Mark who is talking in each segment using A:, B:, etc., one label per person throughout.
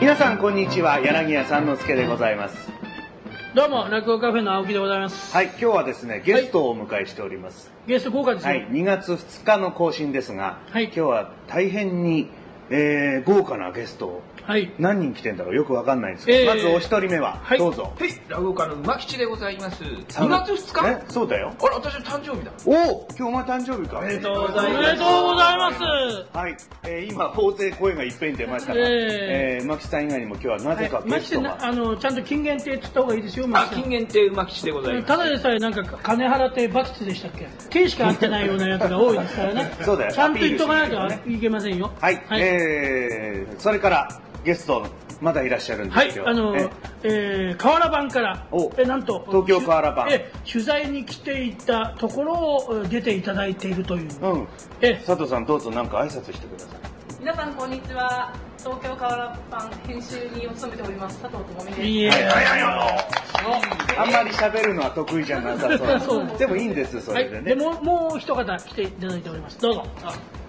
A: 皆さんこんにちは柳家三之助でございます
B: どうも、落語カフェの青木でございます。
A: はい今日はですねゲストをお迎えしております、
B: ゲスト豪華です
A: は
B: ね。
A: い、2月2日の更新ですが、
B: はい
A: 今日は大変に、えー豪華なゲストを
B: はい。
A: 何人来てんだろうよくわかんないんですけど、
B: えー
A: まずお一人目は、
B: はい
A: どうぞ
C: はい、ラグオカの馬吉でございます。
A: 三
C: 2月2日あれ
A: えそうだよ
C: 私の誕生日だ。
A: おお今日お前誕生日か
C: とうご
B: おめでとうございます。
A: はい、えー今大勢声がいっぺんに出ましたが、え
B: え
A: ー、マキさん以外にも今日はなぜか
B: マ
A: ゲス
B: キさ
A: ト
B: ん
A: が、
B: な、あの、ちゃんと金言って言った方がいいですよ、マ
C: あ、
B: キさ
C: 金言亭馬吉でござい
B: ん。
C: ます。
B: ただでさえなんか金払って罰ツでしたっけ手しか合ってないようなやつが多いですからね
A: そうだよ
B: ちゃんと言っとかない
A: アピールしないと
B: といけませんよ
A: はい、
B: はい、
A: えー、それからゲストまだいらっしゃるんで
B: は
A: す
B: い
A: よ、
B: あの
A: え
B: えー河原版から
A: お
B: えなんと
A: 東京河原版
B: え取材に来ていたところをえ出ていただいているという、
A: うん
B: え
A: 佐藤さんどうぞなんか挨拶してください
D: 皆さんこんにちは東京河原版編集に務めております佐藤智美です
B: いいえ
A: あんまり喋るのは得意じゃなさそ
B: そうう
A: で
B: です
A: もいいんですそ
B: は
A: れ
B: い
A: でね、
B: でももう一方来ていただいておりますどうぞ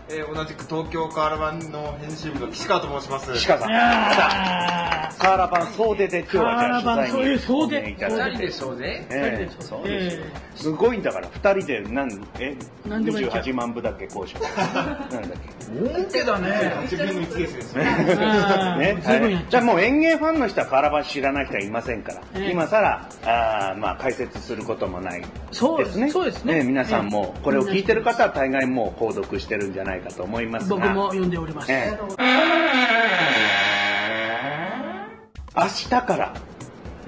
E: えー、同じく東京カーラバンの編集部の岸川と申します。
A: 岸川さん
B: いやー
A: カーラバン総出で今日はじゃあ
B: カーラ
A: 取
B: バ
A: 材に
B: ンそういう総出
A: いただい
C: 何
A: て
C: でしょうね。
A: ええそ
B: そうう
A: で
B: ですす
A: よすごいんだから2人で何え
B: 何でもいっちゃう
A: 28万部だっけ交渉なんだっ
C: 大手だね。
E: 自分の1ですね。
B: あー
A: けね
B: 随分や
A: は
B: っ
A: い
B: ち
A: じ
B: ゃ
A: ゃあもう園芸ファンの人はカーラバン知らない人はいませんから、
B: ええ
A: 今さらあー、まあ、解説することもない
B: そう
A: ですね
B: そうですね
A: ええ皆さんも
B: ええ
A: これを聞いてる方は大概もう購読してるんじゃないかと思いますが
B: 僕も呼んでおります、
A: ええ明日から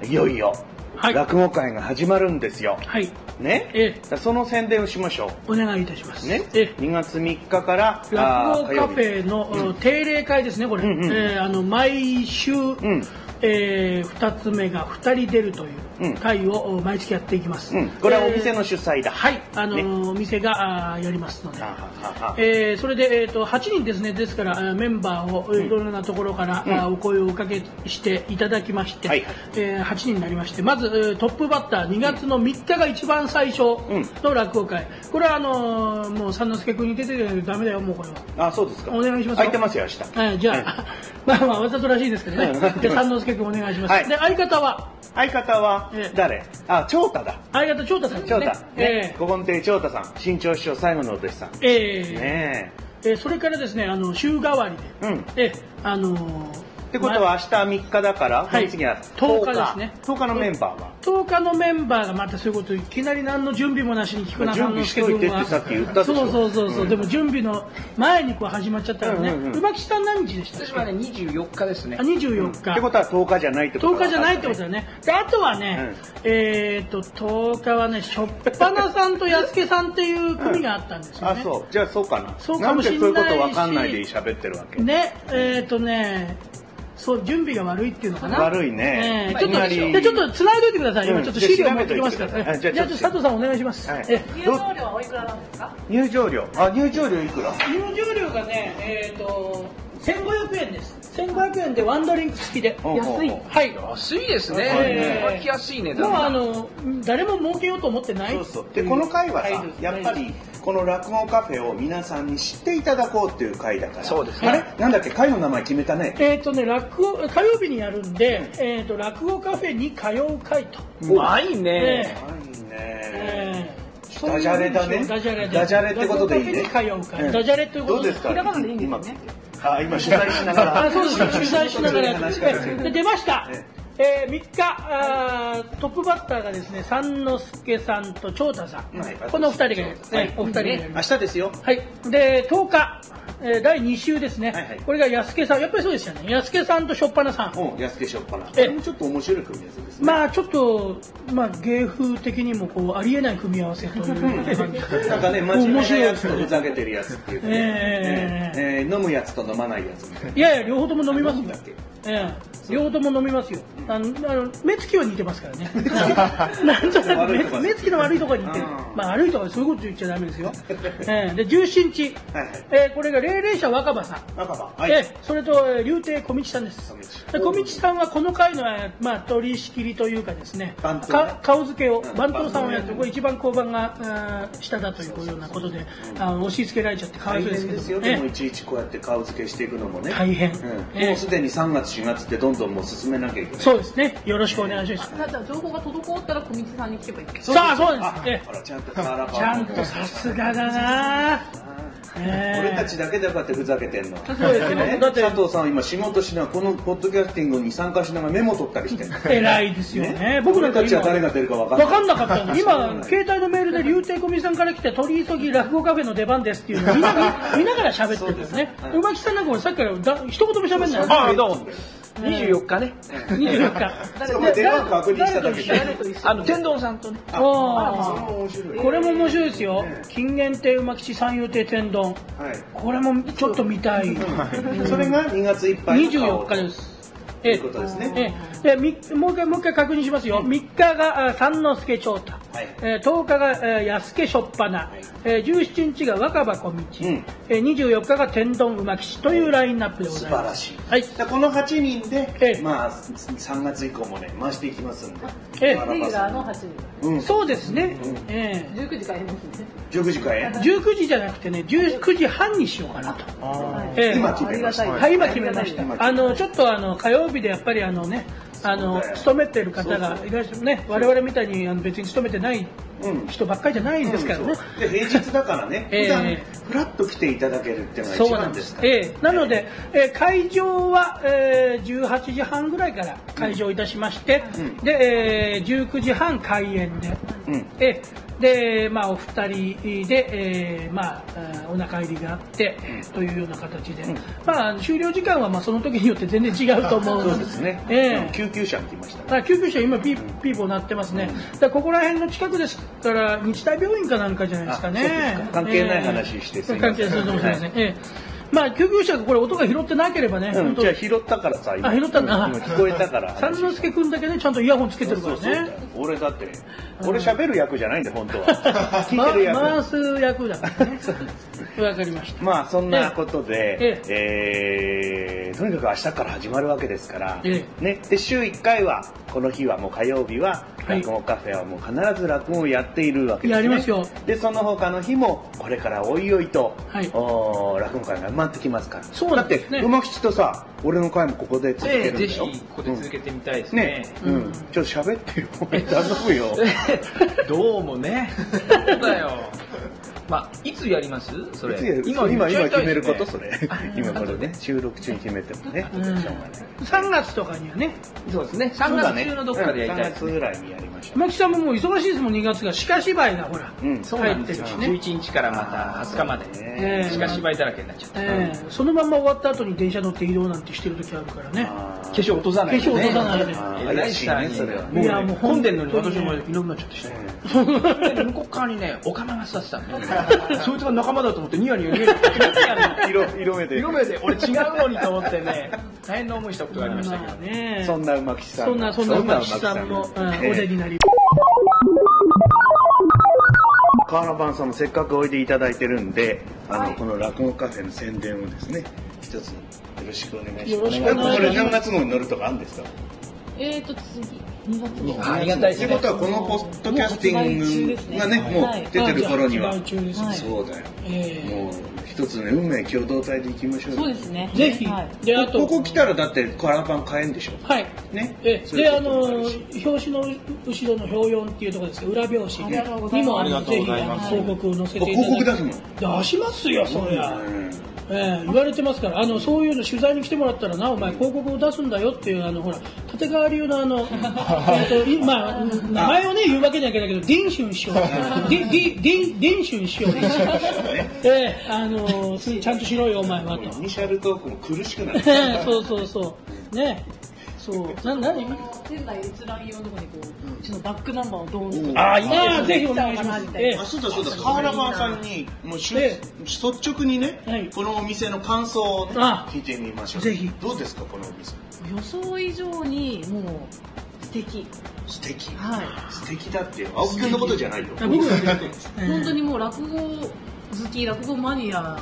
A: いよいよ、
B: はい
A: 落語会が始まるんですよ。
B: はい
A: ね、
B: え
A: だ
B: え
A: からその宣伝をしましょ
B: お願いいたします、
A: う。ね、
B: ええ
A: 2月3日から
B: 落語カフ
A: あ
B: ェのうん定例会ですねこれ、
A: うんうん
B: えーあの毎週、
A: ん
B: え2つ目が2人出るという会をお毎月やっていきます、
A: 火曜日うん、これはお店の主催だ。
B: はい、あの
A: ね
B: お店があーやりますので
A: あははは、
B: えーそれで、えー、と8人ですねですからあーメンバーをえーいろいろなところから、
A: ん
B: あーお声をおかけしていただきまして、
A: はい
B: えー8人になりましてまず、えートップバッター2月の3日が一番最初
A: ん
B: の落語会、これはあのーもう三之助君に出てないとダメだよもうこれは。
A: あ、そうですか。
B: お願いしますよ
A: 空いてますよ、明日。
B: はい、じゃあ、 まあまあ、わざとらしいですけどね。
A: うん
B: じゃあ三之助君お願いします。
A: はい
B: で、相方は、
A: 相方は
B: ええ
A: 誰、あ、長太だ。
B: 相方、長太さんです
A: 長
B: ね。
A: 太。ね
B: え、
A: 五本亭長太さん。新潮師匠最後のお弟子さん。
B: えええ
A: ね
B: えーそれからですねあの週替わり
A: え。うん。
B: で、えーあのー
A: ってこと
B: ま
A: は明日3日だから、
B: はい
A: 次は
B: 10日ですね
A: 10日のメンバーは
B: 10日のメンバーがまたそういうこといきなり何の準備もなしに聞くな
A: 準備しといてってさっき言ったでしょ
B: そうそうそうそう、でも準備の前にこう始まっちゃったからね、
A: う
B: うん
A: うんうん
B: 馬吉さん何日でしたっ
C: 私
B: け
C: はね、24日ですね
B: あ。24日、
A: ってことは10日じゃないってこと
B: 10日じゃないってことだよね。で、あとはね、えっと、10日はね、しょっぱなさんとやすけさんっていう組があったんですよ
A: あ
B: ね。
A: そうじゃあそうかな
B: そうかもしん
A: ん
B: ないし
A: でそういうこと分かんないで喋ってるわけ
B: ね、えっ、ー、とね、そう、準備が悪いっていうのかな。
A: 悪いね
B: ええちょっと、
A: まあいきなり
B: じゃあちょっと繋いどいてください。
A: うん
B: 今ちょっと資料
A: じゃあ
B: 持ってきますか
A: 調べといてくださ
B: ら。
A: い
B: じゃあちょっと佐藤さんお願いします。
A: はい
B: え
D: 入場料はおいくらなんですか
A: 入場料あ入場料いくら
B: 入場料がね、えっ、と、1500円です。1500円でワンドリンク付きで。
A: おうおうおう
B: 安い。はい。
C: 安いです
B: え
C: ね。
B: ー
C: 書きやすい値
B: もうあ
C: 段。
B: の、誰も儲けようと思ってない。
A: そうそうでこの回はさやっぱりこの落語カフェを皆さんに知っていただこうっていう回だから
C: そうですね
A: あれなんだっけ回の名前決めたね
B: えっ、とね、落語、火曜日にやるんで、えっ、と、落語カフェに通う会と。
C: うまい
B: え
C: ね。
A: はいね
B: ええ
A: ダジャレだね
B: ダジャレで
A: ダジャレってことでいいね
B: 落語カフェに通う会
A: うん
B: ダジャレってこと
A: どうですか
B: ひらがなでいいんですよね。
A: 今あ今取材しながら
B: あそうですね取材しながらやっ
A: 話してかけて
B: で出ました
A: え、
B: えー、3日あートップバッターがですね三之助さんと長太さん、
A: はい
B: このお二人が、ね
A: はい
B: お二人がやり
A: 明
B: ます、
A: 日ですよ
B: はい、で10日、えー、第2週ですね、
A: はいはい
B: これが安家さんやっぱりそうですよね安家さんとしょっぱなさん
A: うん安くしょっぱな
B: え
A: でもちょっと面白い組み合わせですね
B: まあちょっと、まあ、芸風的にもこうありえない組み合わせという感 じ
A: なんかね、真面
B: 面
A: 目な
B: 白い
A: や
B: で
A: つ
B: す
A: と
B: ね
A: ふざけてるやつっていうかね、
B: ええ
A: ええ飲むやつと飲まないやつみたいな。
B: いやいや、両方とも飲みます
A: 飲む
B: よ
A: んだっけ。
B: ええ、両方とも飲みますよ。あの、あの目つきは似てますからね。
A: つき
B: なんとなく
A: 悪い
B: 目
A: とこ
B: つ目つきの悪いところに似てる
A: う。ん
B: まあ、悪いとかそういうこと言っちゃダメ ですよ、ええで17日、
A: はいはい
B: ええこれが霊霊者若葉さん
A: 若葉はい、
B: ええそれとえー竜亭小道さんです
A: 小
B: で小道さんはこの回の、えーまあ、取り仕切りというかですね
A: 番頭ね
B: か顔付けを
A: うん
B: 番頭さんをやって
A: 番頭ね
B: これ一番交番があー下だというようなことであの押し付けられちゃってかわ
A: 大
B: いそうです
A: 変
B: け
A: ですよ
B: ど
A: でも
B: ね
A: いちいちこうやって顔付けしていくのもね
B: 大変
A: うん
B: ええ
A: もうすでに3月4月ってどんどんもう進めなきゃいけない
B: そうですねよろしくお願いします
D: あじゃあ情報が滞ったら小道さんに聞けばいいです
B: さあそうです
A: あ
B: ええ
A: ほらちゃんとカーラバー
B: ちゃんとさすがだなええ
A: 俺たちだけでこうやってふざけてんの。
B: そうですねだって
A: 佐藤さんは今仕事しながらこのポッドキャスティングに参加しながらメモ取ったりしてる。
B: 偉いですよね僕なんか
A: 俺たちは
B: 今
A: 誰が出るか分かんない。
B: 分かんなかったんで
A: そうなん
B: 今
A: だ
B: 携帯のメールで竜亭小みさんから来て取り急ぎ落語カフェの出番ですっていうのを見なが見ながら喋ってるんですね
A: そうです
B: うまきさんなんか俺さっきからだ一言も喋んない
A: そう
C: ああどうも24日ね
B: 24日
A: そうか電話確認しただけ
B: 誰と一緒
A: で。
D: 誰と一緒
C: あの天童さんとね
A: あ
B: おー
A: それも面白い。
B: これも面白いですよ
A: ね
B: 金源亭馬吉三遊亭天丼
A: はい。
B: これもちょっと見たい
A: それが2月いっぱいの顔
B: 24日です
A: ということですね。
B: ええでみもう一回もう一回確認しますよ、3日があ三之助長太、
A: はい
B: えー10日が、えー、安家しょっぱな、
A: い
B: えー17日が若葉小道、
A: ん
B: えー24日が天丼馬吉というラインナップでご
A: 素
B: ざい
A: 晴
B: ま
A: ら
B: す
A: しい。
B: はい
A: でこの8人
B: え
A: で
B: え、
A: まあ、3月以降もね、回していきますんで。
B: ええ
A: カ
D: レ
A: ー
D: ギ
A: ラバ
D: ュ
A: ーさ
D: ラー
A: ん
D: の8時
A: うん。
B: そうですね、ええ
D: 19時からやりますね
A: 19時からや
B: 19時じゃなくてね19時半にしようかなと、
E: あ
B: ええ
A: 今決めました
B: はい、今決めまし
A: 今決
B: た
A: めま。した
B: あの、ちょっとあの、火曜日でやっぱりあのね、
A: そ
B: あ
A: う
B: の
A: だ、よ
B: 勤めてる方がいらっしゃるね、我々みたいにあの別に勤めてない
A: うん
B: 人ばっかりじゃないですからね。、
A: で平日だからね
B: ええ
A: 普段フラッと来ていただけるっていうのが
B: そ
A: 一
B: うなん
A: 番
B: で
A: ですすか。ら。
B: ええ、なので、えー会場は、えー18時半ぐらいから会場いたしまして、
A: うん
B: で、えー19時半開演で、
A: うん
B: えーで、まあ、お二人で、えーまあ、えーお腹入りがあって、というような形で、まあ、終了時間は、まあ、その時によって全然違うと思う
A: そうですね。
B: ええ
A: 救急車も来ましたね。
B: あ救急車今ピーピーポー鳴ってますね、だからここら辺の近くですから日大病院かなんかじゃないですか
A: あそうで
B: ね
A: すか関係ない話してすいません
B: 関係ないかもしれません、ええまあ救急車がこれ音が拾ってなければね、
A: うん
B: 本当
A: じゃあ拾ったからさ、今
B: あ拾ったんだ
A: うん今聞こえたから。
B: 三之助君だけねちゃんとイヤホンつけてるか
A: そう
B: ら
A: そうそう
B: ね
A: 俺だって、俺喋る役じゃないんだよ、 本当は。聞いてる
B: ま回
A: 役。
B: す役だからねわかりました
A: まあそんなことで、
B: え
A: えーとにかく明日から始まるわけですから、
B: え
A: ね、で週1回はこの日はもう火曜日は
B: はい
A: 落語カフェはもう必ず落語をやっているわけですね
B: やりますよ
A: でその他の日もこれからおいおいと、
B: はい
A: おー落語会が埋まってきますから
B: そうなんですね
A: だって馬吉とさ俺の会もここで続け
C: え
A: る
C: え
A: んだよ、
C: ぜひここで続けてみたいです
A: ね
C: ね、
A: うんちょっと喋ってよ頼むよ
C: どうもね。 そうだよ。まあ、いつやりますそれ。
A: いつやる今今
C: やりた
A: 決
C: い
A: め
C: で
A: る
C: すね
A: ことそれ今これね収録中に決めてもね、
B: うん
A: しょうがない
B: 3月とかにはね
C: そうですね。3月中のどっかでやりたいです
A: 3
C: ね。
A: 月ぐらいにやりましょう。
B: 牧さんももう忙しいですもん2月が鹿芝居がほら、
A: うん
C: そうなんですよ。
B: 入ってるしね
C: 11日からまた20日までね。
B: ええ
C: しかし芝居だらけになっちゃった。
B: ええそのまんま終わった後に電車乗って移動なんてしてる時あるからね
A: あー
C: 化粧落とさないでね
B: 化粧落とさないで
A: あー
C: 偉
A: 怪
C: い人に
A: しいねそれはね
C: もう
B: いやもう
C: 混んでるのに
B: 本当
C: 私
B: に
C: もいなくなっちゃってして。で向こう側にね、おかまが座ってたのね。そいつが仲間だと思ってニヤニヤニヤニヤニヤニヤ
A: 色色目で
C: 色目で俺違うのにと思ってね、大変な思いしたことがありましたけど。
B: ね
A: そんな馬吉さん
B: そんなそんな馬吉さんも
A: そ
B: うんん
A: な
B: お
A: 馬吉さん
B: 出になり
A: カーラバンさんもせっかくおいでいただいてるんであの、
D: はい
A: この落語カフェの宣伝をですね一つよろしくお願いします
B: よろしくお願いします
A: これ何月号に載るとかあるんですか
D: えーと次2月に
C: ありがたいですね
A: ってことはこのポッドキャスティングがねも
D: もう発売中ですねはい
A: 出
D: う
A: てる頃には、
B: あじゃあ発売中ですね
A: そうだよ、
B: ええ
A: もう一つね運命共同体でいきましょうよ
D: そうですね
B: ぜひ、
D: はい
B: であと
A: ここ来たらだってカラーパン買えんでしょ
B: はい
A: ね
B: ええ
A: そうい
B: であ
A: うこと
B: の
A: もあるし
B: 表紙の後ろの表四っていうところですけど裏表紙
D: ありがとうござ
B: に
D: います
B: もあの
E: ありがと
B: ぜ
E: うご
B: ひ
E: ざい
B: あの
E: ます
B: 広告を載せていただい
A: 広告
B: て
A: 出すの
B: 出しますよそりゃ、
A: うん
B: ええ言われてますからあのそういうの取材に来てもらったらなお前広告を出すんだよっていうあのほら立川流のあのえっといまあ名前をね言うわけじゃいけないけどディンシュン師匠ディディディディンシュン師匠ええあのちゃんとしろよお前はと
A: イニシャルトークも苦しくなる
B: そうそうそう。ね。そう。な、なに。
D: 店内閲覧用のとこにこううちのバックナンバーをドーンと
A: あ
B: あ、いや、ぜひお願いします。ええ
A: あそうだそうだ河原版さんにもうしゅ、
B: え
A: 率直にね、
B: はい
A: このお店の感想を、ね
B: あ、
A: 聞いてみましょう
B: ぜひ
A: どうですかこのお店
D: 予想以上にもう
F: 素敵。
A: 素敵
F: はい。
A: 素敵だって青木君のことじゃないよ
B: あ僕が言う
F: 本当にもう落語好き、落語マニアの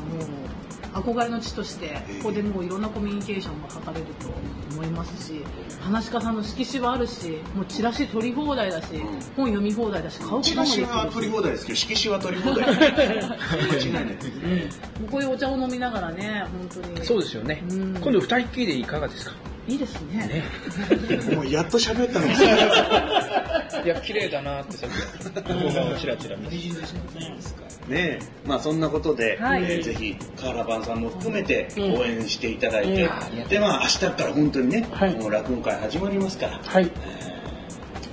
F: 憧れの地として、ここでもういろんなコミュニケーションが図れると思いますし、話し家さんの色紙はあるし、もうチラシ取り放題だし、本読み放題だし、買うこともで
A: チ
F: きる
A: ラシ
F: し、
A: は取り放題ですけど色紙は取り放 題間違いない
F: もうこういうお茶を飲みながらね、本当に。
C: そうですよね。
F: うん
C: 今度二人っきりでいかがですか。
F: いいですね。
C: ね。
A: もうやっと喋ったの に
C: いや綺麗だなってさっき動画をチラチラ見て。
A: ねえまあそんなことで、
F: はい
A: えーぜひカーラバンさんも含めて
B: うん
A: 応援していただいて、
B: うん
A: でまあ明日から本当にね、
B: はい
A: もう落語会始まりますから、
B: はい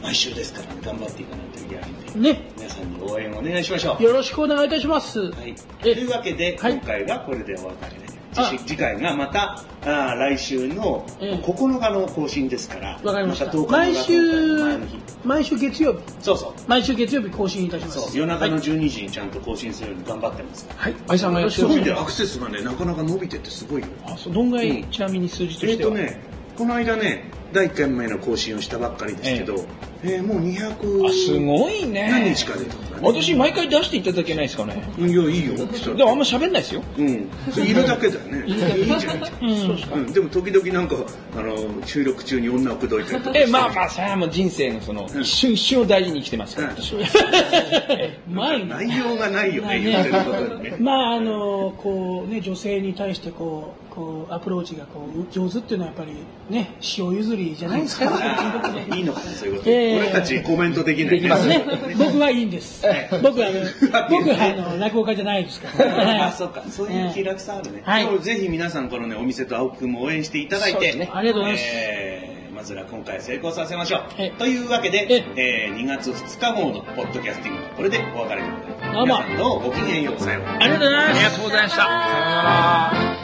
A: 毎週ですから頑張っていかないといけないんで
B: ね
A: 皆さんに応援お願いしましょう、
B: よろしくお願いいたします、
A: はい、と
B: え
A: いうわけで
B: はい
A: 今回はこれでお別れで、
B: あ
A: 次次回がまたあー来週の
B: ええ
A: 9日の更新ですから
B: わかりました
A: 10日の
B: 毎
A: 落語会の前
B: 週
A: の日
B: 毎週月曜日
A: そうそう
B: 毎週月曜日更新いたします
A: そう夜中の12時にちゃんと更新するように頑張ってますから
C: はい。愛さんがやって
A: す
C: ほ
A: ご
C: し
A: い
C: い。
A: ねアクセスがねなかなか伸びてってすごいよ
C: あ、そうどんぐらいちなみに数字と
A: え
C: し
A: ってと
C: は。
A: ねこの間ね第1回目の更新をしたばっかりですけど、えーもう200
C: あ、すごいね。
A: 何日か出たんだね
C: 私毎回出していただけないですかね。
A: うんいやいいよって言った
C: でもあ
A: ら
C: んま喋んないですよ。
A: うんいるだけだよねいいじゃんいいじゃん
B: うん
A: うん、でも時々なんかあの収録中に女を口説いたりとか
C: え、まあまあさあもう人生のその一 瞬一瞬を大事に生きてますから。
A: うん
C: 私は
B: 前に
A: 内容がないよね
B: ね
A: 言ってることにね
B: まああのこうね女性に対してこうこうアプローチがこう上手っていうのはやっぱりね塩譲りじゃないですか。
A: いいのかなそういうこと、
B: ええ
A: 俺たちコメン トできない
C: できません
B: ね、僕はいいんです。僕はあの 僕はあの落語家じゃないですから。
A: あそうかそういう気楽さあるね、
B: はい
A: でもぜひ皆さんこのねお店と青木くんも応援していただい
C: そうで
A: て、
C: すね
B: ありがとうございます
A: えーまずは今回成功させましょ
B: え
A: うというわけで、えー2月2日号のポッドキャスティングはこれでお別れでございます
B: ど
A: 皆さんどうも
B: うも
A: ごきげんようさようなら
B: ありがとうございます。
C: ありがとうございました。さようなら。